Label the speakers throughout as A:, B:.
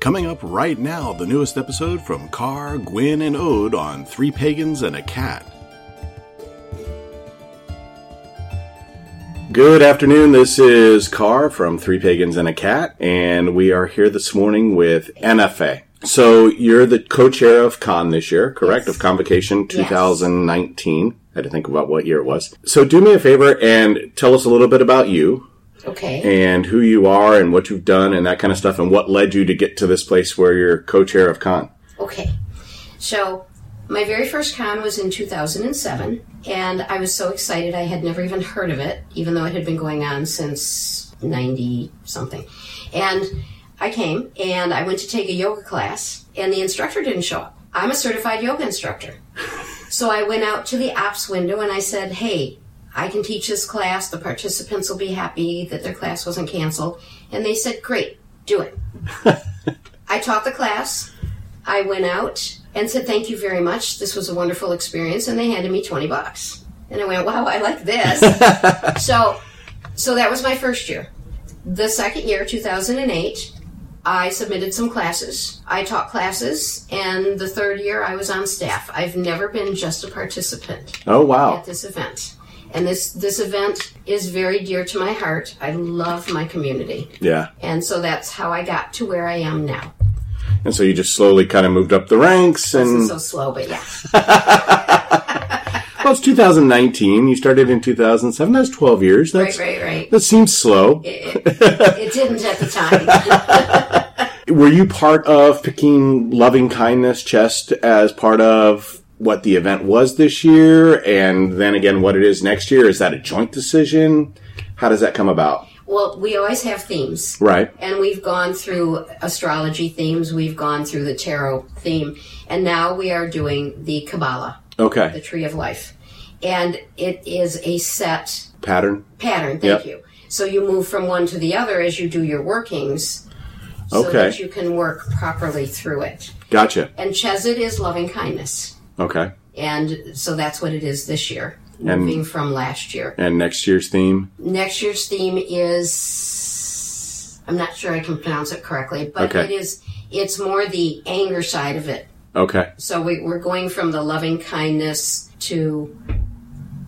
A: Coming up right now, the newest episode from Carr, Gwyn, and Ode on Three Pagans and a Cat. Good afternoon. This is Carr from Three Pagans and a Cat, and we are here this morning with NFA. So you're the co-chair of Con this year, correct?
B: Yes.
A: Of Convocation
B: Yes.
A: 2019. I had to think about what year it was. So do me a favor and tell us a little bit about you
B: Okay.
A: and who you are and what you've done and that kind of stuff and what led you to get to this place where you're co-chair of Con.
B: Okay. So, my very first con was in 2007, and I was so excited I had never even heard of it, even though it had been going on since 90 something. And I came and I went to take a yoga class, and the instructor didn't show up. I'm a certified yoga instructor. So I went out to the ops window and I said, Hey, I can teach this class. The participants will be happy that their class wasn't canceled. And they said, Great, do it. I taught the class. I went out and said, Thank you very much. This was a wonderful experience. And they handed me 20 bucks. And I went, Wow, I like this. so, so that was my first year. The second year, 2008, I submitted some classes. I taught classes. And the third year, I was on staff. I've never been just a participant
A: Oh wow.
B: at this event. And this, this event is very dear to my heart. I love my community.
A: Yeah.
B: And so that's how I got to where I am now.
A: And so you just slowly kind of moved up the ranks
B: This is
A: and
B: so slow, but yeah.
A: well, it's 2019. You started in 2007. That's 12 years. That's
B: Right, right, right.
A: that seems slow.
B: It, it didn't at the time.
A: Were you part of picking loving kindness chest as part of what the event was this year and then again what it is next year? Is that a joint decision? How does that come about?
B: Well, we always have themes.
A: Right.
B: And we've gone through astrology themes, we've gone through the tarot theme, and now we are doing the Kabbalah, the
A: Okay.
B: Tree of Life. And it is a set
A: Pattern.
B: pattern. Thank
A: Yep.
B: you. So you move from one to the other as you do your workings, so
A: Okay.
B: that you can work properly through it.
A: Gotcha.
B: And Chesed is loving kindness,
A: Okay.
B: and so that's what it is this year,
A: And-
B: moving from last year.
A: And next year's theme?
B: Next year's theme is I'm not sure I can pronounce it correctly, but
A: Okay.
B: it is it's more the anger side of it.
A: Okay.
B: So we, we're going from the loving kindness to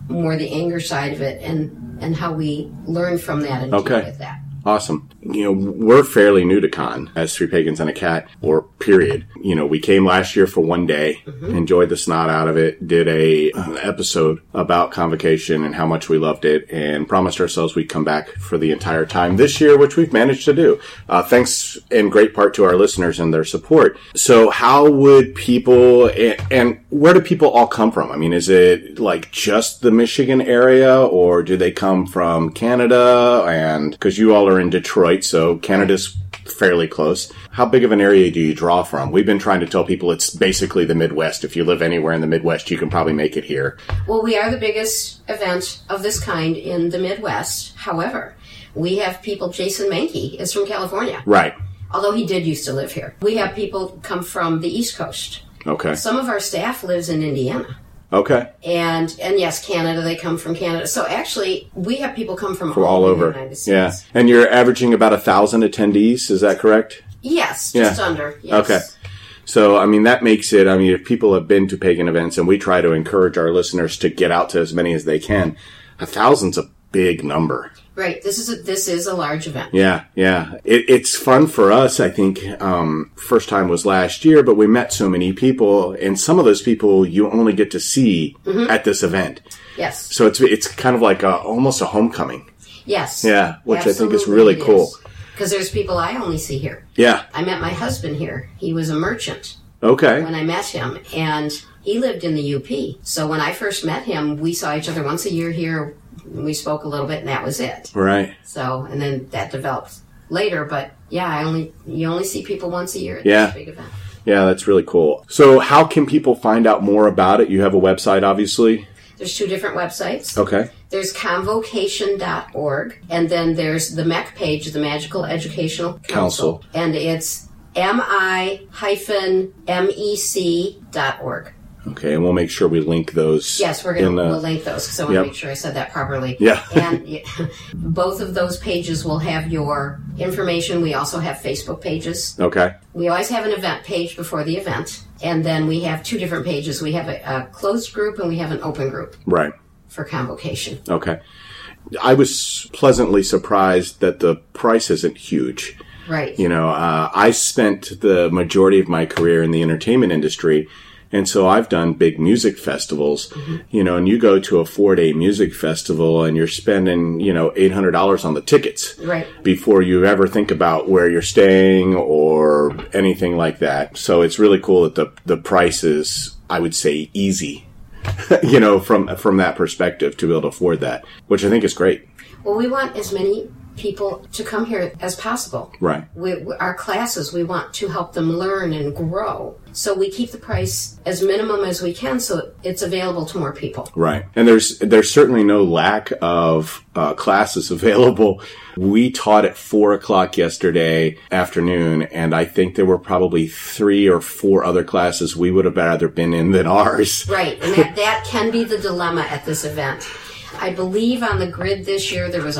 B: more the anger side of it, and and how we learn from that and
A: Okay.
B: deal with that.
A: Awesome. You know, we're fairly new to con as Three Pagans and a Cat, or period. You know, we came last year for one day, enjoyed the snot out of it, did a an episode about convocation and how much we loved it, and promised ourselves we'd come back for the entire time this year, which we've managed to do. Uh, thanks in great part to our listeners and their support. So, how would people and, and where do people all come from? I mean, is it like just the Michigan area, or do they come from Canada? And because you all are in Detroit, so Canada's fairly close. How big of an area do you draw from? We've been trying to tell people it's basically the Midwest. If you live anywhere in the Midwest, you can probably make it here.
B: Well, we are the biggest event of this kind in the Midwest. However, we have people. Jason Mankey is from California,
A: Right.
B: although he did used to live here. We have people come from the East Coast.
A: Okay.
B: Some of our staff lives in Indiana.
A: Okay.
B: and and yes, Canada. They come from Canada. So actually, we have people come from,
A: All
B: over
A: over.
B: the United States.
A: Yeah. And you're averaging about a thousand attendees. Is that correct?
B: Yes,
A: Yeah.
B: just under. Yes.
A: Okay. So, I mean, that makes it, I mean, if people have been to pagan events and we try to encourage our listeners to get out to as many as they can, a thousand's a big number.
B: Right. This is a, this is a large event.
A: Yeah, yeah. It, it's fun for us. I think um, first time was last year, but we met so many people, and some of those people you only get to see at this event.
B: Yes.
A: So it's it's kind of like a, almost a homecoming.
B: Yes.
A: Yeah, which I think is really cool.
B: Because there's people I only see here.
A: Yeah.
B: I met my husband here. He was a merchant
A: Okay.
B: when I met him, and he lived in the UP. So when I first met him, we saw each other once a year here. We spoke a little bit, and that was it.
A: Right.
B: So, and then that developed later. But yeah, I only you only see people once a year at
A: Yeah.
B: this big event.
A: Yeah, that's really cool. So, how can people find out more about it? You have a website, obviously.
B: There's two different websites.
A: Okay.
B: There's convocation.org, and then there's the MEC page, the Magical Educational Council,
A: Council.
B: E and it's mi-mec.org.
A: Okay, and we'll make sure we link those.
B: Yes, we're going
A: in
B: to
A: the-
B: we'll link those because I want to
A: Yep.
B: make sure I said that properly.
A: Yeah.
B: And yeah, both of those pages will have your information. We also have Facebook pages.
A: Okay.
B: We always have an event page before the event, and then we have two different pages. We have a, a closed group and we have an open group
A: Right.
B: for convocation.
A: Okay. I was pleasantly surprised that the price isn't huge.
B: Right.
A: You know, uh, I spent the majority of my career in the entertainment industry. And so I've done big music festivals, you know, and you go to a four day music festival and you're spending, you know, $800 on the tickets
B: Right.
A: before you ever think about where you're staying or anything like that. So it's really cool that the, the price is, I would say, easy, you know, from, from that perspective to be able to afford that, which I think is great.
B: Well, we want as many people to come here as possible.
A: Right.
B: We, we- our classes, we want to help them learn and grow. So we keep the price as minimum as we can so it's available to more people.
A: Right. And there's there's certainly no lack of uh, classes available. We taught at four o'clock yesterday afternoon, and I think there were probably three or four other classes we would have rather been in than ours.
B: Right, and that, that can be the dilemma at this event. I believe on the grid this year there was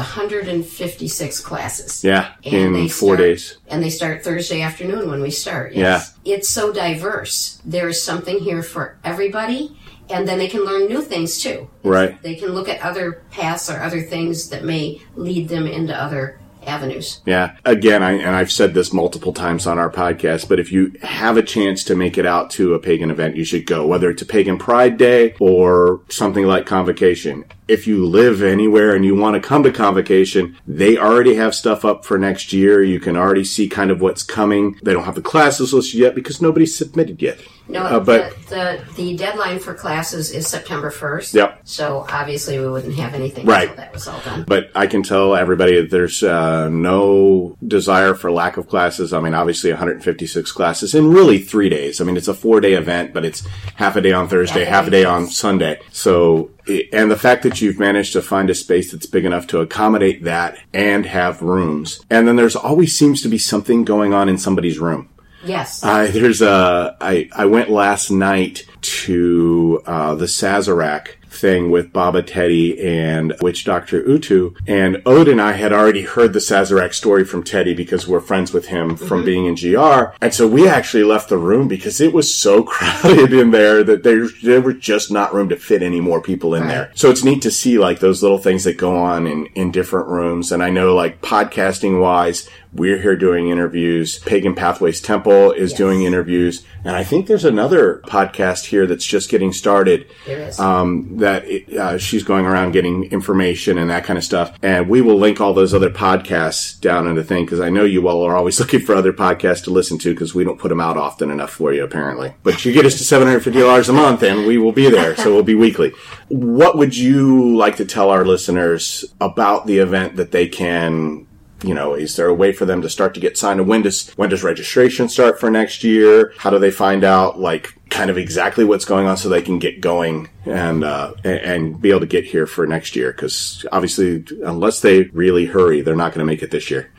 B: 156 classes.
A: Yeah, in
B: they
A: four
B: start-
A: days.
B: And they start Thursday afternoon when we start. Yes. Yeah. It's so diverse. There is something here for everybody, and then they can learn new things too.
A: Right.
B: They can look at other paths or other things that may lead them into other avenues.
A: Yeah. Again, I, and I've said this multiple times on our podcast, but if you have a chance to make it out to a pagan event, you should go, whether it's a pagan pride day or something like convocation. If you live anywhere and you want to come to convocation, they already have stuff up for next year. You can already see kind of what's coming. They don't have the classes listed yet because nobody's submitted yet.
B: No,
A: Uh, but
B: the, the the deadline for classes is September 1st.
A: Yep.
B: So obviously we wouldn't have anything
A: Right.
B: until that was all done.
A: but I can tell everybody that there's uh, no desire for lack of classes. I mean, obviously 156 classes in really three days. I mean, it's a four day event, but it's half a day on Thursday, half a day on Sunday. So, i- and the fact that you've managed to find a space that's big enough to accommodate that and have rooms. And then there's always seems to be something going on in somebody's room.
B: Yes.
A: I, there's a I I went last night to uh, the Sazerac thing with Baba Teddy and Witch Doctor Utu and Ode and I had already heard the Sazerac story from Teddy because we're friends with him from being in GR and so we actually left the room because it was so crowded in there that there there was just not room to fit any more people in
B: Right.
A: there so it's neat to see like those little things that go on in, in different rooms. And I know like podcasting wise, we're here doing interviews. Pagan Pathways Temple is doing interviews. And I think there's another podcast here that's just getting started.
B: There is.
A: Um, that it, uh, she's going around getting information and that kind of stuff. And we will link all those other podcasts down in the thing because I know you all are always looking for other podcasts to listen to because we don't put them out often enough for you, apparently. But you get us to $750 a month and we will be there. So we'll be weekly. What would you like to tell our listeners about the event that they can you know, is there a way for them to start to get signed? And when does when does registration start for next year? How do they find out like kind of exactly what's going on so they can get going and uh, a- and be able to get here for next year? Because obviously, unless they really hurry, they're not going to make it this year.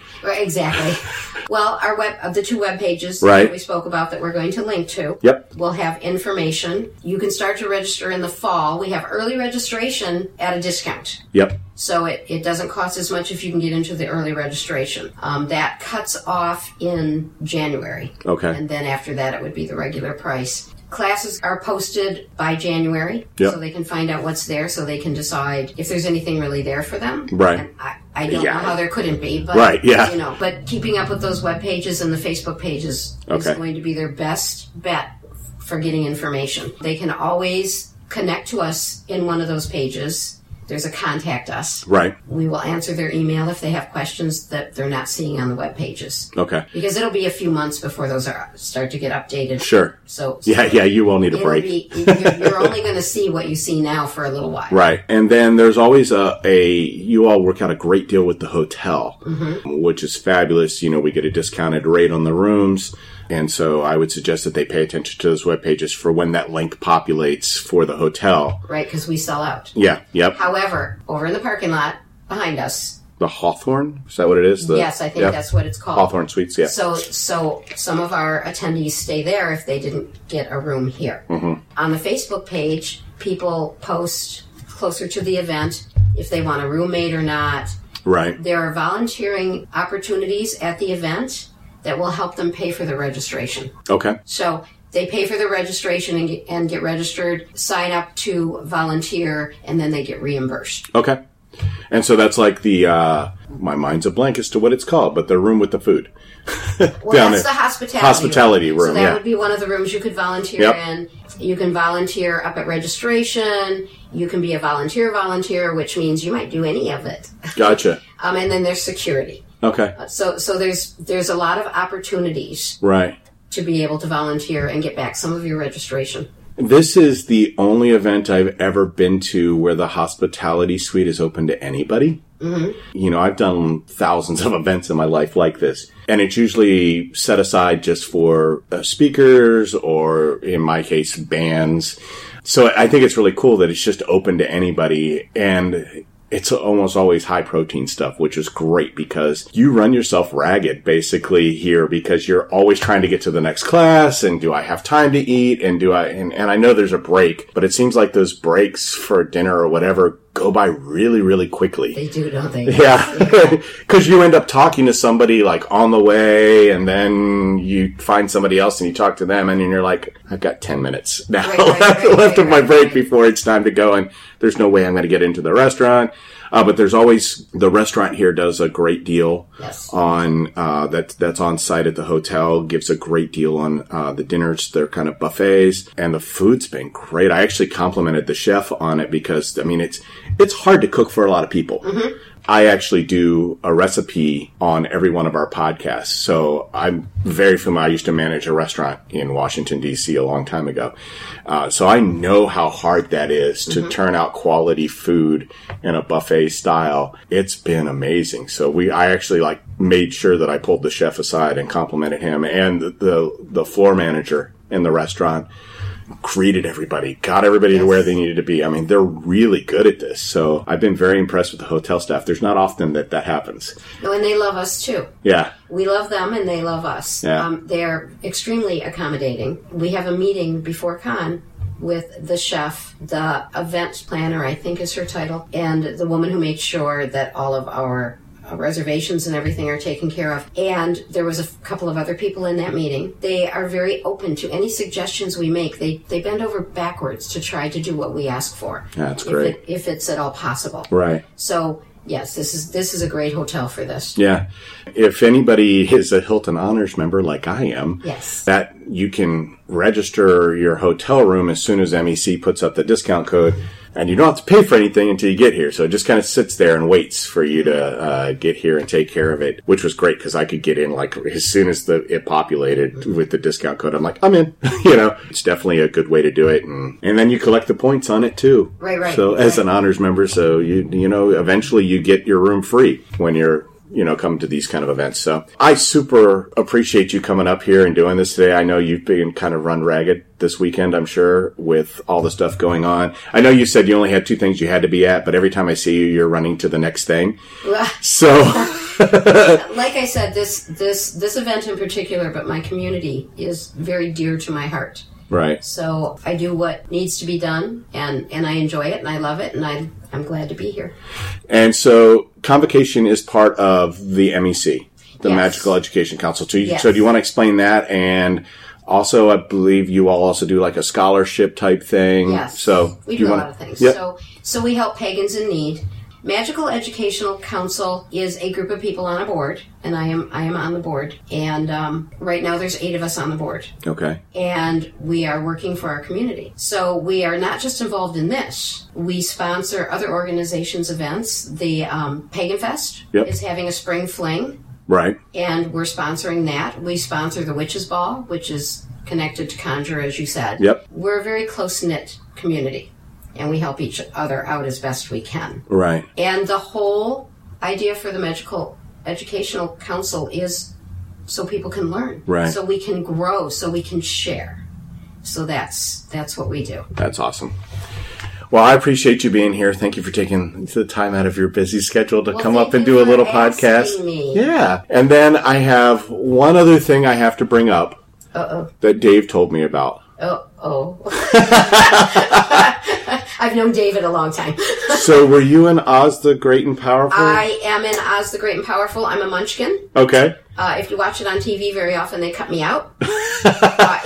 B: Right, exactly. well, our web of the two web pages
A: Right.
B: that we spoke about that we're going to link to.
A: Yep.
B: We'll have information. You can start to register in the fall. We have early registration at a discount.
A: Yep.
B: So it, it doesn't cost as much if you can get into the early registration. Um, that cuts off in January.
A: Okay.
B: And then after that, it would be the regular price. Classes are posted by January,
A: Yep.
B: so they can find out what's there, so they can decide if there's anything really there for them.
A: Right.
B: And I, I don't
A: Yeah.
B: know how there couldn't be, but
A: Right, yeah.
B: you know, but keeping up with those web pages and the Facebook pages is
A: Okay.
B: going to be their best bet for getting information. They can always connect to us in one of those pages. There's a contact us.
A: Right.
B: We will answer their email if they have questions that they're not seeing on the web pages
A: Okay.
B: because it'll be a few months before those are start to get updated.
A: Sure.
B: So, so
A: Yeah. Yeah. You will need a
B: it'll
A: break.
B: be you're, you're only going to see what you see now for a little while.
A: Right. And then there's always a, a you all work out a great deal with the hotel,
B: Mm-hmm.
A: which is fabulous. You know, we get a discounted rate on the rooms. And so I would suggest that they pay attention to those web pages for when that link populates for the hotel.
B: Right, because we sell out.
A: Yeah. Yep.
B: However, over in the parking lot behind us,
A: the Hawthorne. Is that what it is? The,
B: yes, I think
A: yeah.
B: that's what it's called.
A: Hawthorne Suites. Yeah.
B: So, so some of our attendees stay there if they didn't get a room here.
A: Mm-hmm.
B: On the Facebook page, people post closer to the event if they want a roommate or not.
A: right.
B: There are volunteering opportunities at the event that will help them pay for the registration.
A: Okay.
B: So they pay for the registration and get, and get registered, sign up to volunteer, and then they get reimbursed.
A: Okay. And so that's like the uh, my mind's a blank as to what it's called, but the room with the food.
B: Well,
A: Down
B: that's
A: there.
B: the hospitality
A: Hospitality
B: room.
A: room,
B: So that
A: yeah.
B: would be one of the rooms you could volunteer
A: Yep.
B: in. You can volunteer up at registration. You can be a volunteer volunteer, which means you might do any of it.
A: Gotcha.
B: Um, and then there's security.
A: Okay.
B: So so there's there's a lot of opportunities
A: Right.
B: to be able to volunteer and get back some of your registration.
A: This is the only event I've ever been to where the hospitality suite is open to anybody. Mm-hmm. You know, I've done thousands of events in my life like this, and it's usually set aside just for uh, speakers or, in my case, bands. So I think it's really cool that it's just open to anybody and it's almost always high protein stuff, which is great because you run yourself ragged basically here because you're always trying to get to the next class and do I have time to eat and do I, and, and I know there's a break, but it seems like those breaks for dinner or whatever go by really, really quickly.
B: They do, don't they?
A: Yeah, because you end up talking to somebody like on the way, and then you find somebody else and you talk to them, and then you're like, I've got ten minutes now
B: Right, right,
A: left,
B: right,
A: left
B: right,
A: of my
B: right,
A: break
B: right.
A: before it's time to go, and there's no way I'm going to get into the restaurant. Uh, but there's always the restaurant here does a great deal
B: Yes.
A: on uh, that that's on site at the hotel gives a great deal on uh, the dinners they're kind of buffets and the food's been great i actually complimented the chef on it because i mean it's it's hard to cook for a lot of people
B: Mm-hmm.
A: I actually do a recipe on every one of our podcasts. So I'm very familiar. I used to manage a restaurant in Washington, D.C. a long time ago. Uh, so I know how hard that is to turn out quality food in a buffet style. It's been amazing. So we, I actually like made sure that I pulled the chef aside and complimented him and the, the, the floor manager in the restaurant greeted everybody, got everybody to where they needed to be. I mean, they're really good at this. So I've been very impressed with the hotel staff. There's not often that that happens.
B: And they love us too.
A: Yeah.
B: We love them and they love us.
A: Yeah.
B: Um, they're extremely accommodating. We have a meeting before con with the chef, the event planner, I think is her title, and the woman who makes sure that all of our uh, reservations and everything are taken care of. And there was a f- couple of other people in that meeting. They are very open to any suggestions we make. They they bend over backwards to try to do what we ask for.
A: That's
B: If
A: great.
B: it- if it's at all possible.
A: Right.
B: So yes, this is this is a great hotel for this.
A: Yeah. If anybody is a Hilton Honors member like I am,
B: Yes.
A: that you can register your hotel room as soon as MEC puts up the discount code. And you don't have to pay for anything until you get here. So it just kind of sits there and waits for you to uh, get here and take care of it, which was great because I could get in like as soon as the it populated with the discount code. I'm like, I'm in. you know, it's definitely a good way to do it, and and then you collect the points on it too.
B: Right, right,
A: So as
B: right.
A: an honors member, so you you know eventually you get your room free when you're you know coming to these kind of events. So I super appreciate you coming up here and doing this today. I know you've been kind of run ragged this weekend, I'm sure, with all the stuff going on. I know you said you only had two things you had to be at, but every time I see you, you're running to the next thing. So
B: like I said, this this this event in particular, but my community is very dear to my heart.
A: right,
B: So I do what needs to be done, and and I enjoy it, and I love it, and I I'm glad to be here.
A: and so convocation is part of the MEC, the
B: Yes.
A: Magical Education Council. So, you,
B: Yes.
A: so do you want to explain that and? Also, I believe you all also do like a scholarship type thing.
B: Yes.
A: So
B: we
A: you
B: do a
A: wanna-
B: lot of things.
A: Yep.
B: So so we help pagans in need. Magical Educational Council is a group of people on a board, and I am I am on the board. And um, right now, there's eight of us on the board.
A: Okay.
B: and we are working for our community. So we are not just involved in this. We sponsor other organizations' events. The um, Pagan Fest
A: Yep.
B: is having a spring fling,
A: Right.
B: and we're sponsoring that. We sponsor the Witches Ball, which is connected to Conjure, as you said.
A: Yep.
B: We're a very close knit community, and we help each other out as best we can.
A: Right.
B: And the whole idea for the Medical Educational Council is so people can learn,
A: Right.
B: so we can grow, so we can share. So that's that's what we do.
A: That's awesome. Well, I appreciate you being here. Thank you for taking the time out of your busy schedule to
B: Well,
A: come
B: thank
A: up and
B: you
A: do a
B: for
A: little
B: asking
A: podcast.
B: me.
A: Yeah. And then I have one other thing I have to bring up
B: Uh
A: that Dave told me about.
B: oh. Oh oh. I've known David a long time.
A: so were you in Oz the Great and Powerful?
B: I am in Oz the Great and Powerful. I'm a munchkin.
A: okay.
B: Uh, if you watch it on TV very often, they cut me out. uh,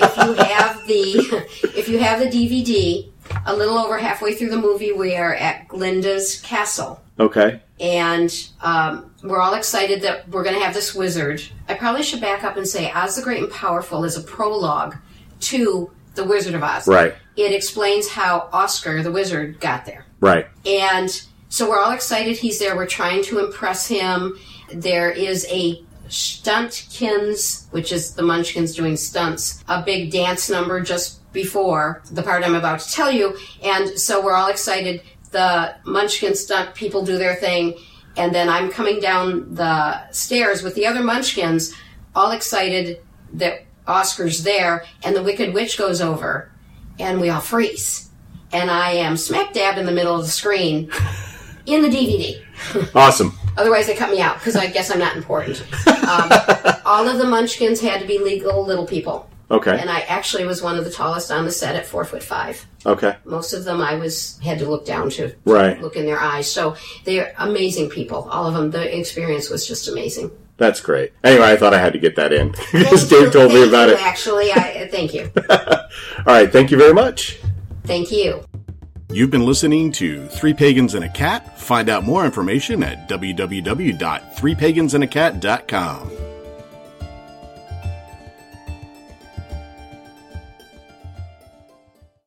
B: if you have the if you have the DVD, a little over halfway through the movie, we are at Glinda's castle.
A: Okay.
B: and um, we're all excited that we're going to have this wizard. I probably should back up and say Oz the Great and Powerful is a prologue to The Wizard of Oz.
A: Right.
B: It explains how Oscar the wizard got there.
A: Right.
B: And so we're all excited he's there. We're trying to impress him. There is a stuntkins, which is the munchkins doing stunts, a big dance number just before the part I'm about to tell you. And so we're all excited. The munchkin stunt people do their thing. And then I'm coming down the stairs with the other munchkins, all excited that Oscar's there. And the Wicked Witch goes over and we all freeze. And I am smack dab in the middle of the screen in the DVD.
A: Awesome.
B: Otherwise, they cut me out because I guess I'm not important. Um, all of the Munchkins had to be legal little people,
A: Okay.
B: and I actually was one of the tallest on the set at four foot five.
A: Okay.
B: Most of them I was had to look down to
A: Right.
B: look in their eyes. So they're amazing people. All of them. The experience was just amazing.
A: That's great. Anyway, I thought I had to get that in because
B: Thank you-
A: Dave told me
B: thank
A: about
B: you,
A: it.
B: Actually, I thank you.
A: All right. Thank you very much.
B: Thank you.
A: You've been listening to Three Pagans and a Cat. Find out more information at www.threepagansandacat.com.